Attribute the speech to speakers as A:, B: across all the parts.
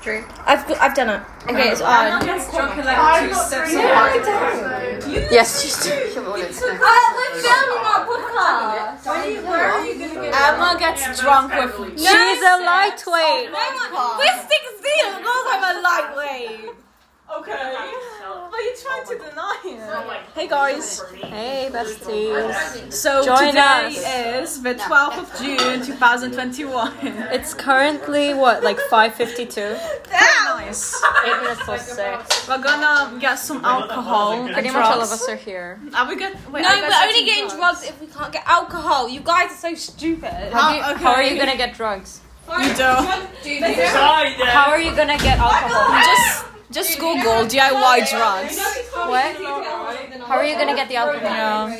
A: Three.
B: I've I've done it. Okay, it's
C: Um, I'm
B: odd.
C: just drunk and like two steps apart.
A: Yes, she's
C: I live down in my podcast. Where are you gonna get Emma gets drunk with
B: She's a lightweight.
C: Mystic Zeal goes I'm a lightweight. Okay. But you're trying to deny it.
B: Hey guys. Hey besties.
C: So
B: Join
C: today
B: us.
C: is the 12th of June 2021.
B: It's currently what like 5:52.
C: Nice.
B: Eight minutes till six.
C: We're gonna get some alcohol.
B: Pretty much all of us are here.
C: Are we good? Wait,
A: No,
C: are you guys
A: we're only
C: getting
A: getting drugs if we can't get alcohol. You guys are so stupid.
B: How, do you,
C: okay.
B: how are you gonna get drugs?
C: You do.
B: How are you gonna get alcohol?
C: Just, just Google DIY drugs.
B: What? How are you gonna get the alcohol?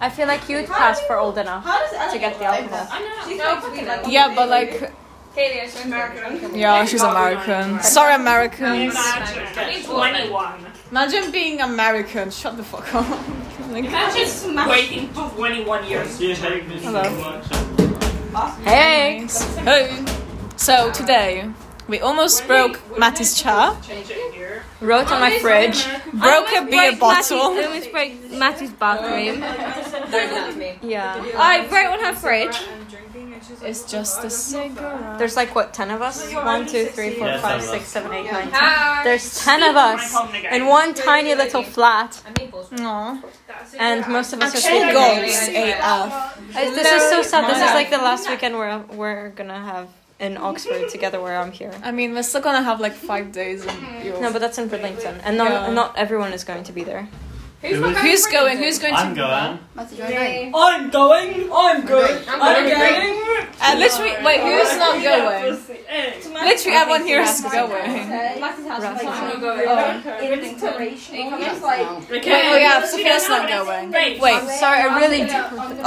B: I feel like you'd pass for old enough to get the alcohol.
C: Yeah, but like,
A: Katie, she's American.
C: yeah, she's American. Sorry, Americans.
D: Imagine 21.
C: Imagine being American. Shut the fuck up. Like,
A: Imagine smashing.
D: Waiting 21 years.
B: Hey.
C: hey. So today, we almost broke Matty's chair,
B: Wrote on my fridge.
C: broke a beer
A: I
C: bottle.
A: always break Matty's bathroom.
B: Yeah.
A: I break on her fridge.
C: It's just a cigarette.
B: There's like what, ten of us? One, two, three, four,
E: Yeah,
B: five,
E: 10 of
B: six,
E: us.
B: seven, eight, nine, ten.
A: Ah.
B: There's ten of us in one tiny little flat,
C: No.
B: and most of us are
C: Actual
B: sleeping.
C: goals AF.
B: Uh, This is so sad. This is like the last weekend where we're gonna have in Oxford together, where I'm here.
C: I mean, we're still gonna have like five days.
A: Hmm.
C: In Europe.
B: No, but that's in Burlington, and not
C: Yeah.
B: not everyone is going to be there.
C: who's going? Who's going
E: I'm
C: to?
E: going.
D: I'm going. I'm going. I'm going.
C: Uh, literally, wait, who's not going?
D: Eh,
C: Literally, everyone here is going.
D: oh,
C: Oh. Wait, wait, yeah, Sophia's not going. Wait,
B: Sorry, I really do.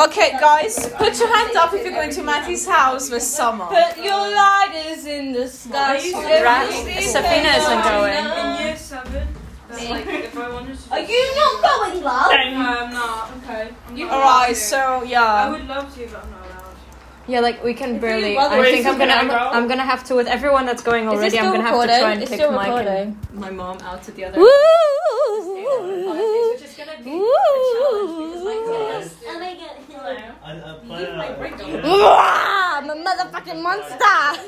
C: okay, guys, put your hand up if you're going to Matty's house with summer.
A: Put your lighters in the sky.
B: Rat- Sabina isn't going.
A: In year
D: seven.
A: like,
D: if I wanted to.
A: Are you not going, love?
D: I'm not. Okay.
C: Alright, so yeah.
D: would love to, but I'm not allowed.
B: Yeah, like we can barely.
A: well,
B: I
D: wait,
B: think
D: so
B: I'm gonna. I'm,
D: can I go?
B: I'm gonna have to with everyone that's going
A: Is it
B: already.
A: still
B: I'm gonna have to
A: recording?
B: try and
A: It's
B: kick
A: still
B: Mike
A: recording.
B: and my mom out to the other.
A: Woo!
E: I, I play uh,
A: I'm a motherfucking monster!
E: right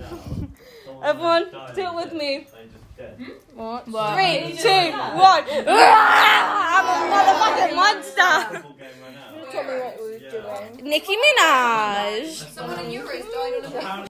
E: now. Someone
A: Everyone,
E: died.
A: do it with me.
E: They just dead.
A: Three, two, one. I'm a motherfucking monster!
E: Football game right now.
A: Tell me what we're doing.
B: Nicki Minaj.
E: Someone in your race died on